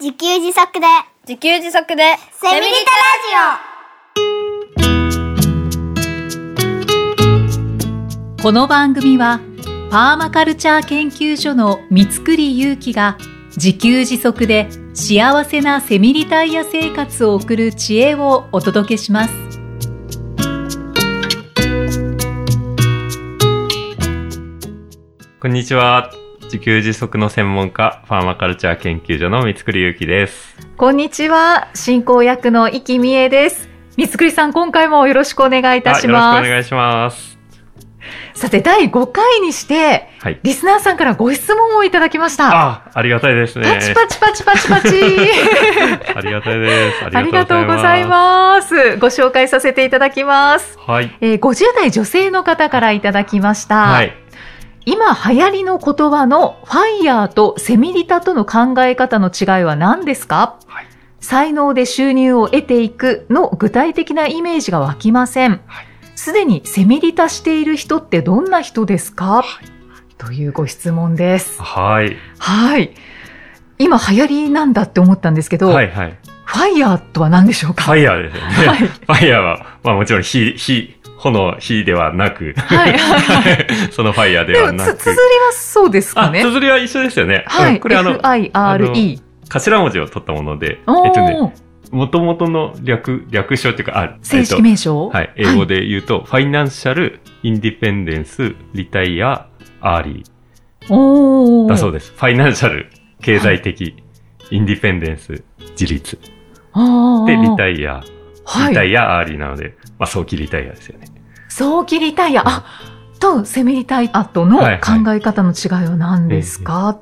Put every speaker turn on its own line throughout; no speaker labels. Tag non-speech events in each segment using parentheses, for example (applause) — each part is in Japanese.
自給自足で
自給自足で
セミリタ
この番組はパーマカルチャー研究所の三つくりゆうきが自給自足で幸せなセミリタイヤ生活を送る知恵をお届けします
こんにちは。自給自足の専門家、ファーマカルチャー研究所の三つくりゆうきです。
こんにちは進行役の生きみえです三つくりさん今回もよろしくお願いいたし
はい
ま
よろしくお願いします。
すさて第5回にして
はい。
リスナーさんからご質問をいただきました
あ、ありがたいですね。
パチパチパチパチパチ
ありがたいで
(laughs)
す。
ありがとうござい
す。
ますご紹介させていただきます、
はい。
えー、50代女性の方からいただきました、
はい。
今流行りの言葉のファイヤーとセミリタとの考え方の違いは何ですか、
はい
才能で収入を得ていくの具体的なイメージが湧きません
はい。
すで、にセミリタしている人ってどんな人ですか、というご質問です。
はい。
はい。今流行りなんだって思ったんですけど、
はい。はい。
ファイヤーとは何でしょうか
ファイヤーですよね。
はい
ファイヤーは、まあもちろん火、火、炎、火ではなく、
はいはいはい
(laughs) そのファイヤーで
で
は
も、
な
つ、
く。
綴りはそうですか
あ、
ね。
綴りは一緒ですよね。
は
うん
い。
これあの、
F-I-R-E。
頭文字を取ったもので、
おー
えっとね、元々の略、略称っていうか、あ、
正式
えっと
名称、
はい、英語で言うと、ファイナンシャル・インディペンデンス・リタイア・アーリ
お
ー
ー
だそうです。ファイナンシャル、経済的、インディペンデンス、自立。で、リ
イ
タイア、
は
リタ
い。
イア・アーリーなので、まあ、早期リタイアですよね。
早期リタイア、あ、と、セミリタイアとの
はいはい
考え方の違いは何ですか、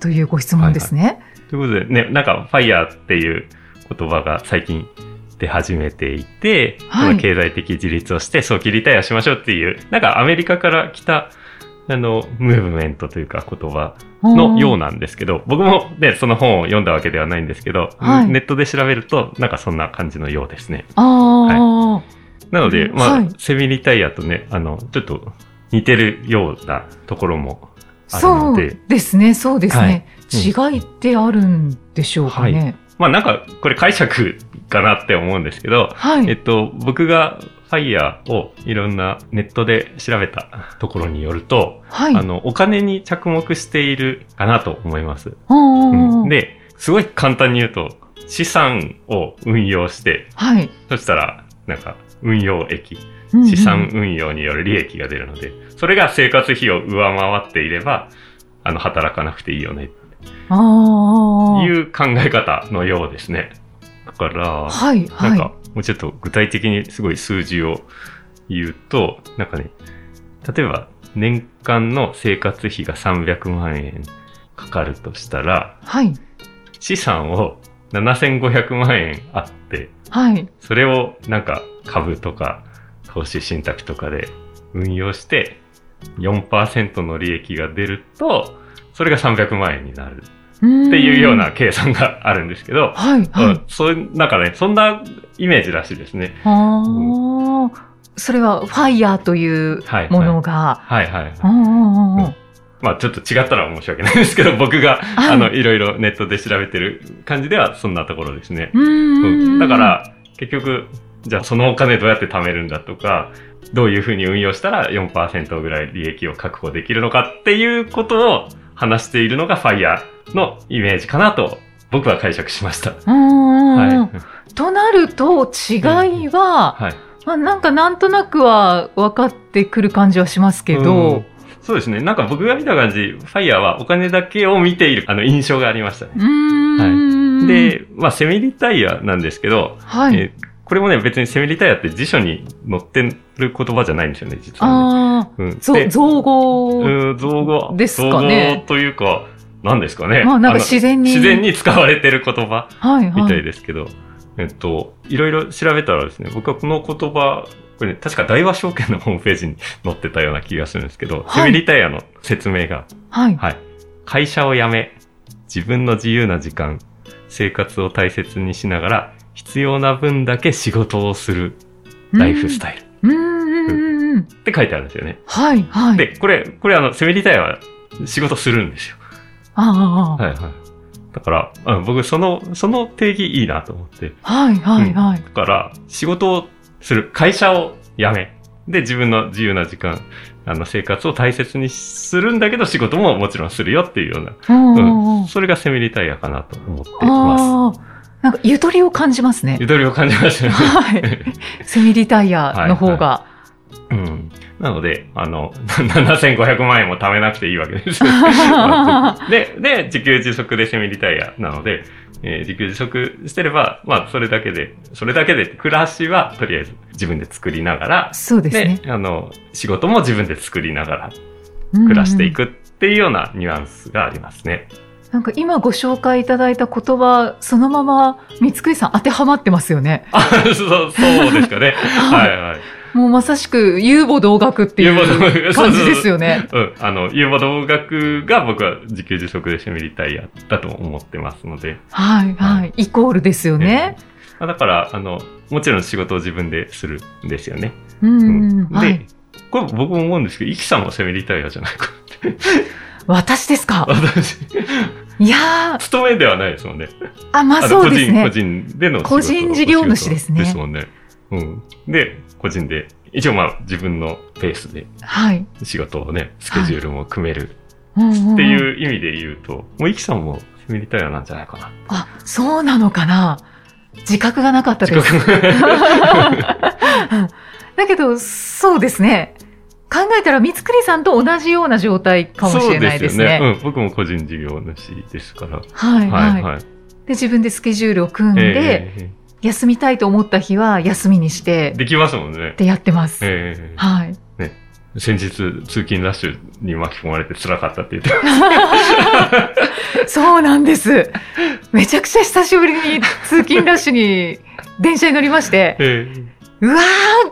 というご質問ですね。
ということで、ね、なんか、ファイヤーっていう言葉が最近出始めていて、
はい
この経済的自立をして、早期リタイアしましょうっていう、なんかアメリカから来た、あの、ムーブメントというか言葉のよう
な。
なんですけど、僕もね、その本を読んだわけではないんですけど、
はい
ネットで調べると、なんかそんな感じのようですね。
ああ、
なので、
うん
まあ、
はい
セミリタイアとね、あの、ちょっと似てるようなところもある
そ
の
う
で、
ですね、そうですね、
は
違いってあるんでしょうかね。
まあなんか、これ解釈かなって思うんですけど、
はい。
えっと、僕がファイヤーをいろんなネットで調べたところによると、
はい。
あの、お金に着目しているかなと思います。
おー
うん、、で、すごい簡単に言うと、資産を運用して、
はい。
そしたら、なんか、運用益、
うんうん
資産運用による利益が出るので、それが生活費を上回っていれば、あの、働かなくていいよね、
ああ。
いう考え方のようですね。だから、
はい、
な
は
ん
い。
か、もうちょっと具体的にすごい数字を言うと、なんかね、例えば、年間の生活費が300万円かかるとしたら、
はい。
資産を7500万円あって、
はい。
それをなんか株とか投資信託とかで運用して4%の利益が出ると、それが300万円にな
っ
る
て
っていうような。計算があるんですけど、
はい、はい。
うん、そういう、なんかね、そんなイメージらしいですね。
あーそれはファイヤーという
はい
ものが、
はいはい。
うんうんうんうん
うんまあちょっと違ったら申し訳ないですけど、僕が、
はい
あの、いろいろネットで調べてる感じではそんなところですね。
う
うん
うんうん
だか、ら、結局、じゃあそのお金どうやって貯めるんだとか、どういうふうに運用したら4%ぐらい利益を確保できるのかっていうことを話しているのが FIRE のイメージかなと僕は解釈しました。
うんうん
はい。
うん
はい。
となると違いは、まあ、なんかなんとなくは分かってくる感じはしますけ
う
ど
ん、そうですね。なんか僕が見た感じ、FIRE はお金だけを見ているあの印象がありましたね。
うーん、
で、まあ、セミリタイアなんですけど、
はい、
えーこれもね、別にセミリタイアって辞書に載ってる言葉じゃないんですよね、実は、ね。
ああ
うん、
ぞ
で
造語、
うん造語。
ですかね
造語というか、何ですかね。
まあなんか
の
自然に
自然に使われてる言葉
はいはい
みたいですけど、えっと、いろいろ調べたらですね、僕はこの言葉、これね、確か大和証券のホームページに載ってたような気がするんですけど、
はい
セミリタイアの説明が
はい
はい。会社を辞め、自分の自由な時間、生活を大切にしながら、必要な分だけ仕事をするライフスタイルっ
イルうんうんうんうん
て書いてあるんですよね。
はいはい
で、これ、これあの、セミリタイアは仕事するんですよ。
ああああ、
はいはい。だから、うん、僕その、その定義いいなと思って。
はいはいはい。
だから、仕事をする、会社を辞め、で、自分の自由な時間、あの、生活を大切にするんだけど、仕事ももちろんするよっていうような、
うんうんうん
それがセミリタイヤかなと思っていま
ああ、なんかゆとりを感じますね
す。ゆ。とりを感じましたね。 (laughs)
はい。セミリタイヤの方が。
うん。なので、あの、7500万円も貯めなくていいわけです。 (laughs) で、で、自給自足でセミリタイヤなので、えー自給自足してれば、まあ、それだけで、それだけで、暮らしは、とりあえず自分で作りながら、
そうですね。
あの、仕事も自分で作りながら
暮
暮らしてい。くっていうようなニュアンスがありますね。 (laughs)
なんか今ご紹介いただいた言葉、そのまま三つくりさん当てはまってますよね。
あそう、そうで
(laughs)
すかね。はいはい。
もうまさしく、遊母同学ってい
遊母同学
う感じですよね。
うん。あの、遊母同学が僕は自給自足でしてみリタイヤだと思ってますので。
はいは。
はい
イコールですよね。
まあだから、あの、もちろん仕事を自分でするんですよね。
うんうん。
で、
はい。
これ僕も思うんですけど、イキさんもセミリタイヤじゃないか。 (laughs)
私ですか。
私、
いやー、
勤めではないですもんね。
あ、まあ
の
そうです
個
ね。
人、個人での仕事
個人事業主ですね
お仕事ですもんね。うん。で、個人で、一応まあ自分のペースで
はい。
仕事をね、スケジュールも組める
っ
っていう意味で言うと、もうイキさんもセミリタイヤなんじゃないかな。
あ、そうなのかな自覚がなかったです。だけど、そうですね。考えたら、三つくりさんと同じような状態かもしれないですね。
そうですよね。うん。僕も個人事業主ですから。
はい、はい、
はいはい。
で、自分でスケジュールを組ん
ええ
で、
えええ
休みたいと思った日は休みにし
え
て、
できますもんね
っ。てやってます。
ええええ
はい。
先日、通勤ラッシュに巻き込まれて辛かったって言って、
そうなんです。めちゃくちゃ久しぶりに通勤ラッシュに電車に乗りまして、
ええ
うわ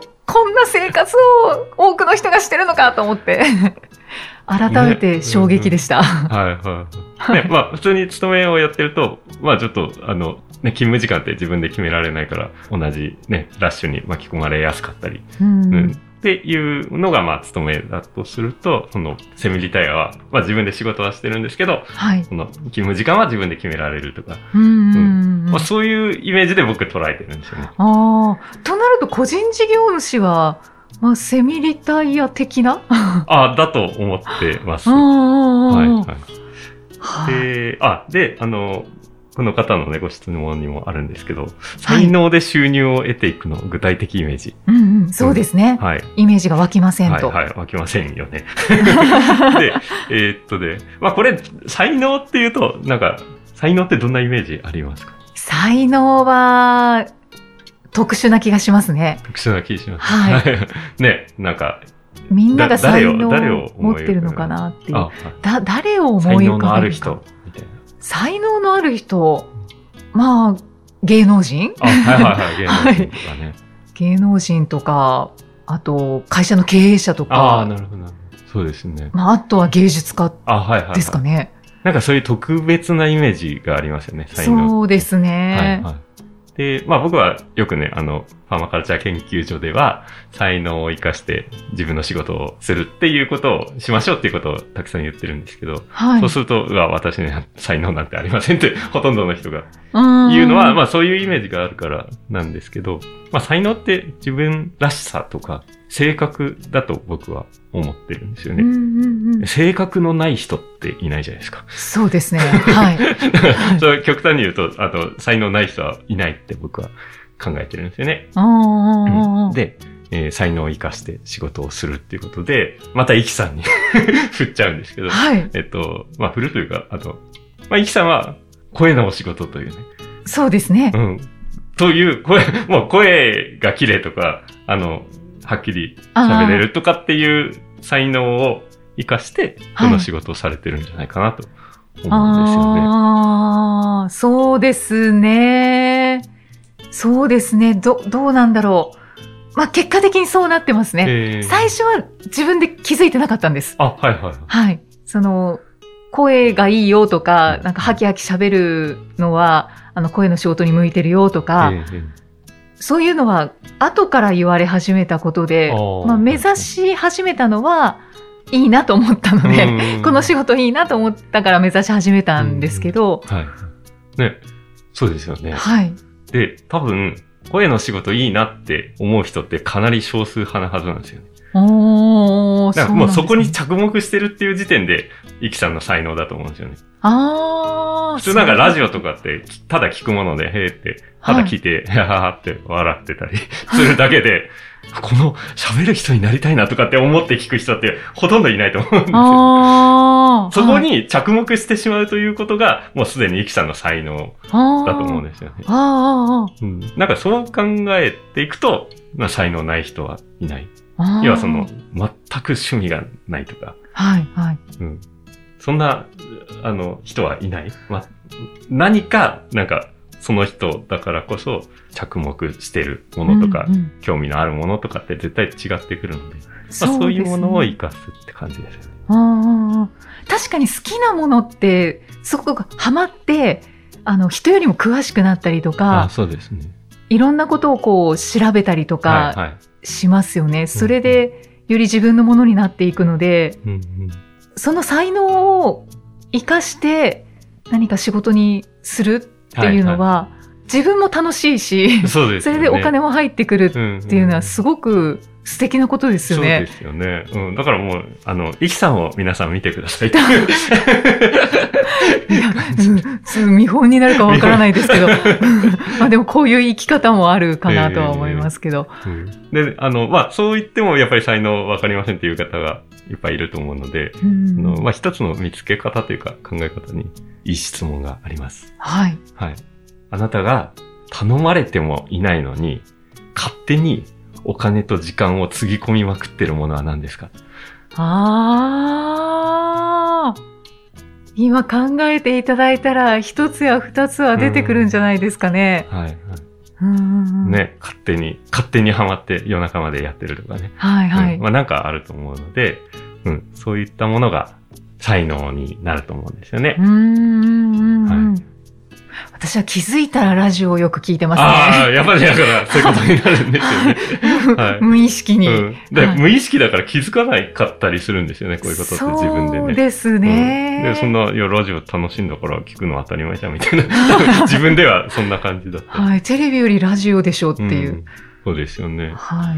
ー、こんな生活を多くの人がしてるのかと思
(laughs)
って、改めて衝撃でした。
はいはい
(laughs)
はい。ね、まあ、普通に勤めをやってると、まあちょっと、あの、ね、勤務時間って自分で決められないから、同じね、ラッシュに巻き込まれやすかったり、
うん
うん。っていうのが、まあ、勤めだとすると、その、セミリタイアは、まあ自分で仕事はしてるんですけど、
はい。
その、勤務時間は自分で決められるとか、
うんうんうん
まあそういうイメージで僕捉えてるんですよね。
ああ。となると、個人事業主は、まあ、セミリタイヤ的な
ああ、だと思ってます。
うん
は
うん
い、
うんうん
はい。で、あ、で、あの、この方のね、ご質問にもあるんですけど、才能で収入を得ていくの、具体的イメージ。
うんうんそうですね。
はい。
イメージが湧きません
はい、
と。
はい、湧きませんよ
(laughs)
ね。で、えーっとで、まあこれ、才能っていうと、なんか、才能ってどんなイメージありますか
才能は、特殊な気がしますね。
特殊な気がします。。
はい
(laughs) ね、なんか、
みんなが
だ
才
誰を
能
誰を
を持
思い浮かべる
ってるのかなっていう。
あ、
だ誰を思
才
い
能
浮
の
か
あ
べ
る
るか
人、みたいな。
才能のある人。まあ、芸能人 (laughs)
あ、はいはいはい、芸能人とかね。
芸能人とか、あと、会社の経営者と
ああ、
か、
なるほど、なるほど。そうですね。
まあ、あとは芸術家
あ、はいはい、はい。
ですかね。
なんかそういう特別なイメージがありますよね、才能。
そうですね。
はいはい。で、まあ僕はよくね、あの、パーマカルチャー研究所では、才能を活かして自分の仕事をするっていうことをしましょうっていうことをたくさん言ってるんですけど、
はい。
そうすると、うわ、私には才能なんてありませんって、 (laughs) ほとんどの人が
うん
言うのは、まあそういうイメージがあるからなんですけど、まあ才能って自分らしさとか、性格だと僕は思ってるんですよ
うん
ね。
うんうん
性格のない人っていないじゃないですか。
そうですね。
(laughs)
はい。
それ極端に言うと、あの、才能ない人はいないって僕は考えてるんですよね。
うんうんうんうん
で、えー才能を生かして仕事をするっていうことで、またイキさんに (laughs) 振っちゃうんですけど、
はい。
えっと、まあ振るというか、あと、まあイキさんは声のお仕事というね、
そうですね
う。ん。という、声、 (laughs) もう声が綺麗とか、あの、はっきり喋れるとかっていう才能を生かして、
は
こ
い
の仕事をされてるんじゃないかなと思うんですよね。
ああ、そうですね。そうですね。ど、どうなんだろう。まあ、結果的にそうなってますね。
えー
最初は自分で気づいてなかったんです。
あ、はいはいはい。
はい。その、声がいいよとか
う、ん
なんかハキハキ喋るのは、あの、声の仕事に向いてるよとか、
えー
そういうのは後から言われ始めたことで
あ、ー
まあ、目指し始めたのは、いいなと思ったので、
うん
この仕事いいなと思ったから目指し始めたんですけど、
はい。ね。そうですよね。
はい。
で、多分、声の仕事いいなって思う人ってかなり少数派なはずなんですよね。
おー、
だからもうそこに
ゃ
着目してるっていう時点で、イキさんの才能だと思うんですよね。
あー、
普通なんかラジ
オ
オとかって、ただ聞くもので、へーって、ただ聞いて、はははって笑ってたり (laughs) するだけで、この喋る人になりたいなとかって思って聞く人ってほとんどいないと思うんですよ。
あー、
そこに着目してしまうということが、もうすでにイキさんの才能
だと
だと思うん
ね。
ですよね。
あー
うんなんかそう考えていくと、まあ、才能ない人はいない。
あーあー。
要はその、全く趣味がないとか、
はい、はい。
うんそんな、あの、人はいない。まあ、何か、なんか、その人だからこそ、着目してるものとか、
うんうん
興味のあるものとかって絶対違ってくるので、まあ、
そう
そういうものを
ですね
活かすって感じですよね。
うんうんうん確かに好きなものってすごくハマってあの人よりも詳しくなったりとか
そうですね。
いろんなことをこう調べたりと
はい、
か
はい。
しますよね、それでより自分のものになっていくので
うんうん
その才能を生かして何か仕事にするっていうのは、自分も楽しいし
そうです
そ
よ
れで
ね。
お金も入ってくるっ
って
いうのはすごく素敵なことですよ
そう
ね。
ですよね。うん。だからもう、あの、イキさんを皆さん見てくだ (laughs) さいっていう。
いや (laughs) うんす見本になるかわからないです
(laughs)
けど、まあでもこういう生き方もあるかなとは思いますけど。
で、あの、まあ、そう言ってもやっぱり才能わかりませんっていう方がいっぱいいると思うので、
うん
あのまあ、一つの見つけ方というか考え方にいい質問があります。
はい。
はい。あなたが頼まれてもいないのに、勝手にお金と時間をつぎ込みまくってるものは何ですか
あー今考えていただいたら一つや二つは出てくるんじゃないですかね。
はい、はい。
うん
ね、勝手に、勝手にハマって夜中までやってるとかね。
はいはい。
うんまあ、なんかあると思うので、うん、そういったものが才能になると思うんですよね。
うんうんうんうん
は
私は気づいたらラジオをよく聞いてますね。
ああ、やっぱりだからそういうことになるんですよ
(laughs)
ね。はい
無意識に。
うん、で、
はい
無意識だから気づかないかったりするんですよね、こういうことって自分で
そう
ね。
です
う
ね
ん。で、そんな、いや、ラジオ楽しいんだから聞くの当たり前じゃんみたいな。
(laughs)
多分自分ではそんな感じだった。
はい、テレビよりラジオでしょうって
ん
いう。
そうですよね。
はい。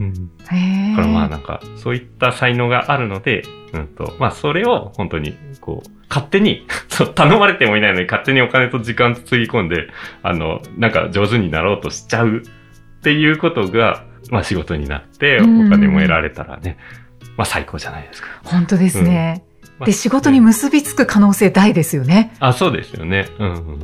うん。
へえ。
だからまあなんか、そういった才能があるので、うんと、まあそれを本当に、こう、勝手に、 (laughs) そう、頼まれてもいないのに勝手にお金と時間つぎ込んで、あの、なんか上手になろうとしちゃうっていうことが、まあ仕事になって、お金も得られたらね、まあ最高じゃないですか。
本当ですね。
まあ
で、仕事に
うん
結びつく可能性大ですよね。
あ、そうですよね。うん、うん。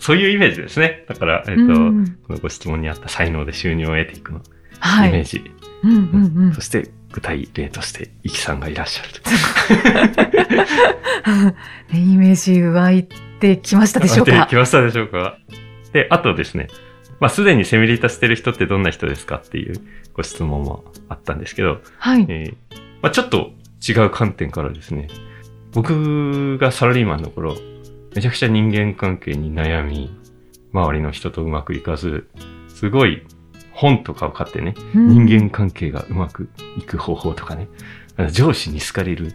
そういうイメージですね。だから、えっ、と、
うん
このご質問にあった才能で収入を得ていくの、
は
イメー
い。
ジ。
うんうんうん
そ。して、具体例として、イキさんがいらっしゃると。
ねイメージ湧いてきましたでしょう
待っ
か
てき。ましたでしょうか。で、あとですね、まあ、すでにセミリータしてる人ってどんな人ですかっていうご質問もあったんですけど、
はい。
えーまあ、ちょっと違う観点からですね、僕がサラリーマンの頃、めちゃくちゃ人間関係に悩み、周りの人とうまくいかず、すごい本とかを買ってね、
うん
人間関係がうまくいく方法とかね、あの上司に好かれる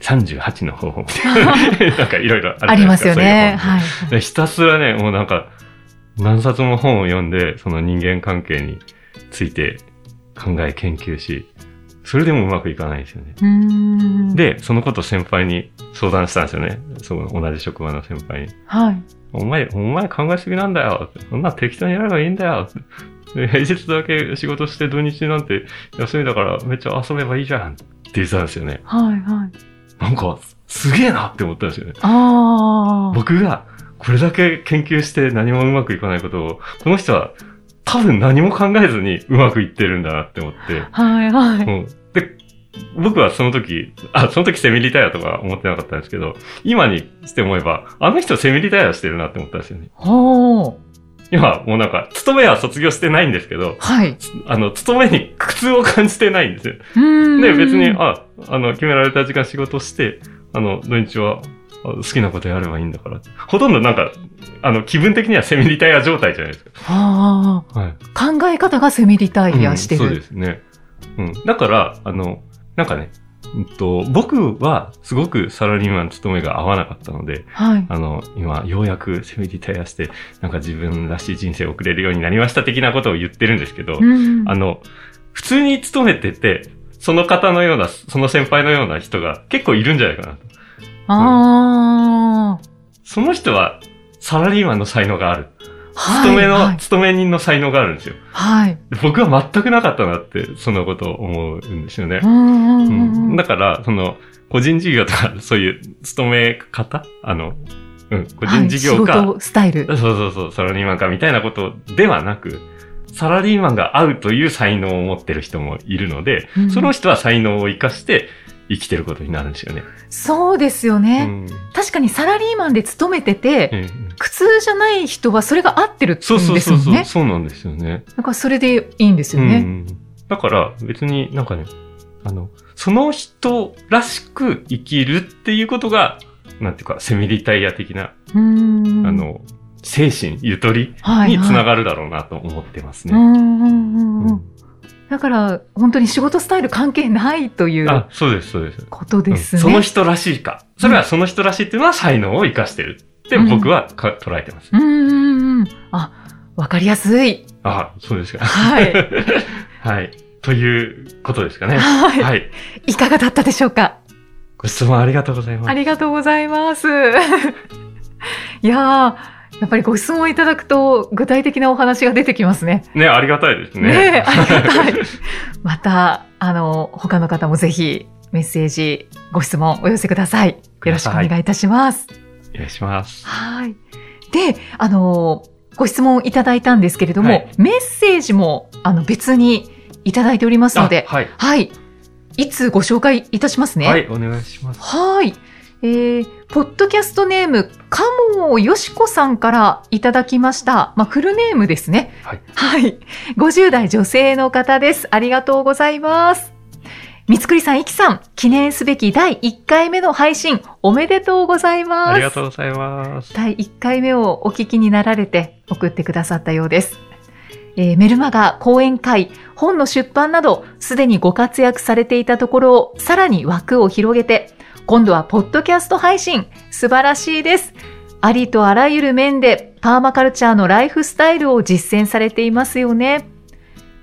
38の方法みた
(laughs)
いな、なんかいろいろあるじ
あ
ゃない
り
で
ますす
か。
よね。
そういう本
はい。
でひたすらね、もうなんか、何冊も本を読んで、その人間関係について考え研究し、それでもうまくいかないんですよね。
うん、
で、そのこと先輩に相談したんですよね。その同じ職場の先輩に。
はい。
お前、お前考えすぎなんだよ。そんな適当にやればいいんだよ。で平日だけ仕事して土日なんて休みだからめっちゃ遊べばいいじゃんって言ってたんですよね。
はい、はい。
なんか、すげえなって思ったんですよね。
ああ。
僕がこれだけ研究して何もうまくいかないことを、この人は多分何も考えずにうまくいってるんだなって思って。
はい、はい。
うん、で、僕はその時、あ、その時セミリタイアとか思ってなかったんですけど、今にして思えば、あの人セミリタイアしてるなって思ったんですよね。
ほう。
今もうなんか、勤めは卒業してないんですけど、
はい。
あの、勤めに苦痛を感じてないんですよ。
うん
で、別に、あ、あの、決められた時間仕事して、あの、土日はあ好きなことやればいいんだから。ほとんどなんか、あの、気分的にはセミリタイア状態じゃないです
あ
か。はい。
あ。考え方がセミリタイヤしてる。
そうですね。うん。だから、あの、なんかね、うんと、僕はすごくサラリーマン勤めが合わなかったので、
はい。
あの、今、ようやくセミリタイアして、なんか自分らしい人生を送れるようになりました的なことを言ってるんですけど、
うん
あの、普通に勤めてて、その方のような、その先輩のような人が結構いるんじゃないかなと。
あ
その人は、サラリーマンの才能がある。
ー
勤めの、
はい。
勤め人の才能があるんですよ。
はい。
で僕は全くなかったなって、そのことを思うんですよね
う。んうんうんうん
だから、その、個人事業とか、そういう勤め方あの、うん、個人事業か、
はい仕事スタイル。
そうそうそう、サラリーマンかみたいなことではなく、サラリーマンが合うという才能を持ってる人もいるので、
うん
その人は才能を生かして生きてることになるんですよね。
そうですよ
う
ね。
ん
確かにサラリーマンで勤めて
う
て、
ん
苦痛じゃない人はそれが合ってるんです
そ
よ
うそうそうそう、
ね。
そうなんですよね。
なんかそれでいいんですよ
う
ね。
ん、だから別になんかね、あの、その人らしく生きるっていうことが、なんていうか、セミリタイヤ的な、
うん
あ、の、精神、ゆとり
はい
に
はい
つながるだろうなと思ってます
う
ね。
んうんうんうん
うん
だから、本当に仕事スタイル関係ないという
あ、そうです、そうです。
ことです
う
ね。
んその人らしいか。それはその人らしいっていうのは才能を生かしてるって僕はか、捉えてます。
うんうんうん。あ、わかりやすい。
あ、そうですか。 (laughs)
はい。
はい。ということですかね。
はい
はい。
いかがだったでしょうか
ご質問ありがとうございます。
ありがとうございます。 (laughs) いやー、やっぱりご質問いただくと具体的なお話が出てきますね。
ね、ありがたいですね。
ねえありがたい (laughs) また、あの、他の方もぜひメッセージ、ご質問お寄せください。よろしくお願いいたします。
お願いします。
はい。で、あの、ご質問いただいたんですけれども、
はい
メッセージも、あの、別にいただいておりますので
あ、はい。
はい。いつご紹介いたしますね。
はい、お願いします。
はい。えー、ポッドキャストネーム、かもよしこさんからいただきました。まあ、フルネームですね。
はい。
はい。50代女性の方です。ありがとうございます。三つくりさん、いきさん、記念すべき第1回目の配信、おめでとうございます。
ありがとうございます。
第1回目をお聞きになられて送ってくださったようです。えーメルマガ、講演会、本の出版など、すでにご活躍されていたところを、さらに枠を広げて、今度はポッドキャスト配信、素晴らしいです。ありとあらゆる面で、パーマカルチャーのライフスタイルを実践されていますよね。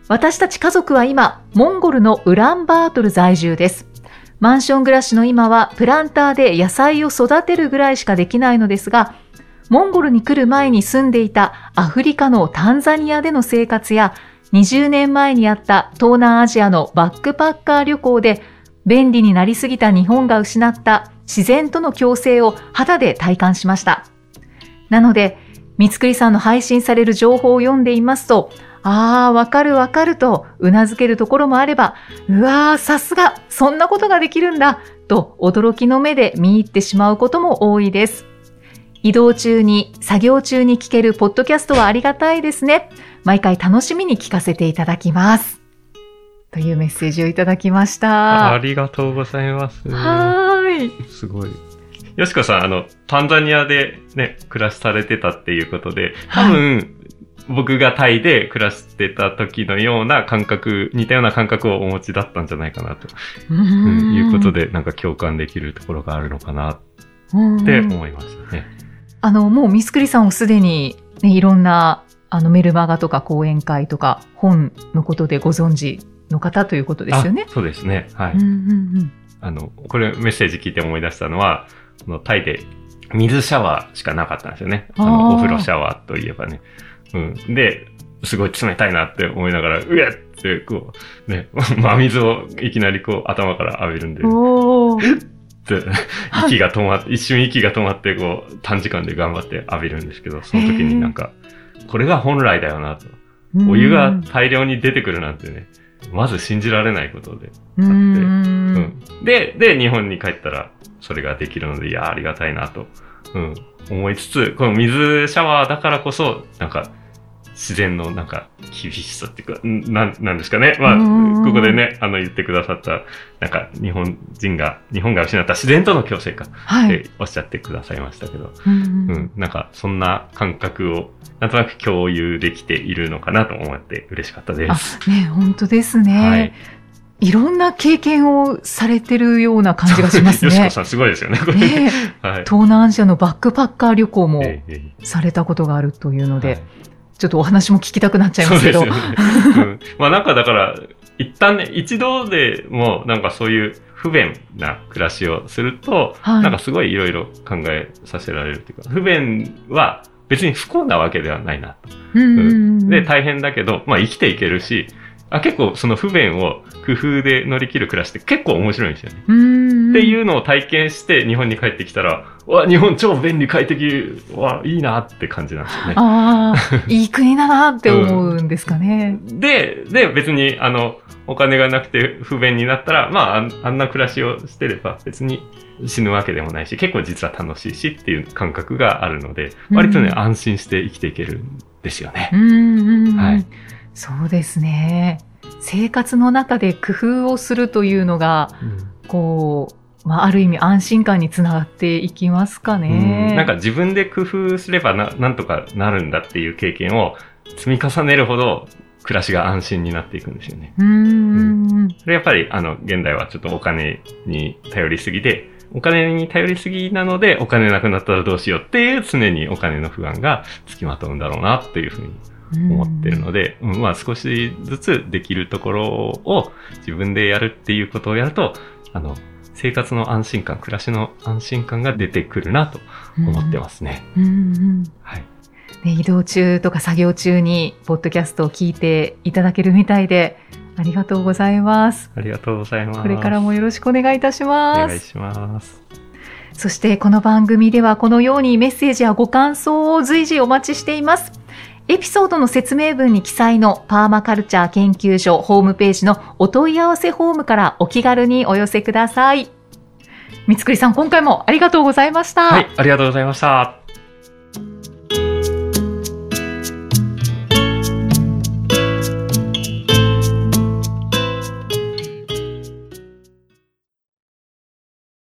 私たち家族は今、モンゴルのウランバートル在住です。マンション暮らしの今は、プランターで野菜を育てるぐらいしかできないのですが、モンゴルに来る前に住んでいたアフリカのタンザニアでの生活や、20年前にあった東南アジアのバックパッカー旅行で、便利になりすぎた日本が失った自然との共生を肌で体感しました。なので、三つくりさんの配信される情報を読んでいますと、ああ、わかるわかると、うなずけるところもあれば、うわー、さすが、そんなことができるんだ、と驚きの目で見入ってしまうことも多いです。移動中に、作業中に聞けるポッドキャストはありがたいですね。毎回楽しみに聞かせていただきます。というメッセージをいただきました。
ありがとうございます。
はーい。
すごい。よしこさん、あの、タンザニアでね、暮らしされてたっていうことで、多分、僕がタイで暮らしてた時のような感覚、似たような感覚をお持ちだったんじゃないかなと、
う
うん
ん
いうこと。で、なんか共感できるところがあるのかなっ
うん
て思いましたね。
あの、もうミスクリさんをすでに、ね、いろんな、あの、メルマガとか講演会とか、本のことでご存知の方ということですよね
あ。そうですね。はい。
うんうん
あの、これメッセージ聞いて思い出したのは、あのタイで水シャワーしかなかったんですよね。あ
あー
の、お風呂シャワーといえばね。うん。で、すごい冷たいなって思いながら、うえっって、こう、ね、 (laughs) 真水をいきなりこう頭から浴びるんで、
うん。おお。
って息が止まって、一瞬息が止まって、こう、短時間で頑張って浴びるんですけど、その時になんか、これが本来だよなと。お湯
う
が
ん
大量に出てくるなんてね、まず信じられないことで。
うんう。
うんんで、で、日本に帰ったら、それができるので、いや、ありがたいなと、うん、思いつつ、この水シャワーだからこそ、なんか、自然のなんか、厳しさっていうか、んなん、なんですかね。ま
うん
あ、ここでね、あの、言ってくださった、なんか、日本人が、日本が失った自然との共生か、っ
はい。
ておっしゃってくださいましたけど、
うんう
うんん、なんか、そんな感覚を、なんとなく共有できているのかなと思って、嬉しかったです。
ね、本当ですね。
はい。
いろんな経験をされてるような感じがします
(laughs) よし
ね
こ。さんすごいですよね、これ。
ねえ
はい。
東南アジアのバックパッカー旅行も
えええ
されたことがあるというの
え
で、ちょっとお話も聞きたくなっちゃいますけど。
そうですよね。うんまあなんかだから、一旦ね、一度でもなんかそういう不便な暮らしをすると、
はい
なんかすごいいろいろ考えさせられるというか、不便は別に不幸なわけではないな。
うんうんうん
で、大変だけど、まあ生きていけるし、あ結構その不便を工夫で乗り切る暮らしって結構面白いんですよね。
うん
っていうのを体験して日本に帰ってきたら、うわ、日本超便利快適、うわ、いいなって感じなんですよね。
ああ、いい国だなって思うんですか
(laughs)
ね。
で、で、別に、あの、お金がなくて不便になったら、まあ、あんあんな暮らしをしてれば別に死ぬわけでもないし、結構実は楽しいしっていう感覚があるので、
うん
割とね、安心して生きていけるんですよね。
うんうんうん
はい
そうですね。生活の中で工夫をするというのが、こう、まあ、ある意味安心感につながっていきますか
う
ね。
んなんか自分で工夫すればななんとかなるんだっていう経験を積み重ねるほど、暮らしが安心になっていくんですよね。
うんうん
それやっぱり、あの、現代はちょっとお金に頼りすぎで、お金に頼りすぎなので、お金なくなったらどうしようっていう常にお金の不安がつきまとうんだろうなっていうふうに
うん。
思ってるので、うんまあ少しずつできるところを自分でやるっていうことをやると、あの、生活の安心感、暮らしの安心感が出てくるなと思ってますね。
うんうん
はい。
ね、移動中とか作業中にポッドキャストを聞いていただけるみたいでありがとうございます。
ありがとうございます。
これからもよろしくお願いいたし
お
ま
願い
す。
します。
そしてこの番組ではこのようにメッセージやご感想を随時お待ちしています。エピソードの説明文に記載のパーマカルチャー研究所ホームページのお問い合わせフォームからお気軽にお寄せください。三つくりさん、今回もありがとうございました。
はい、ありがとうございました。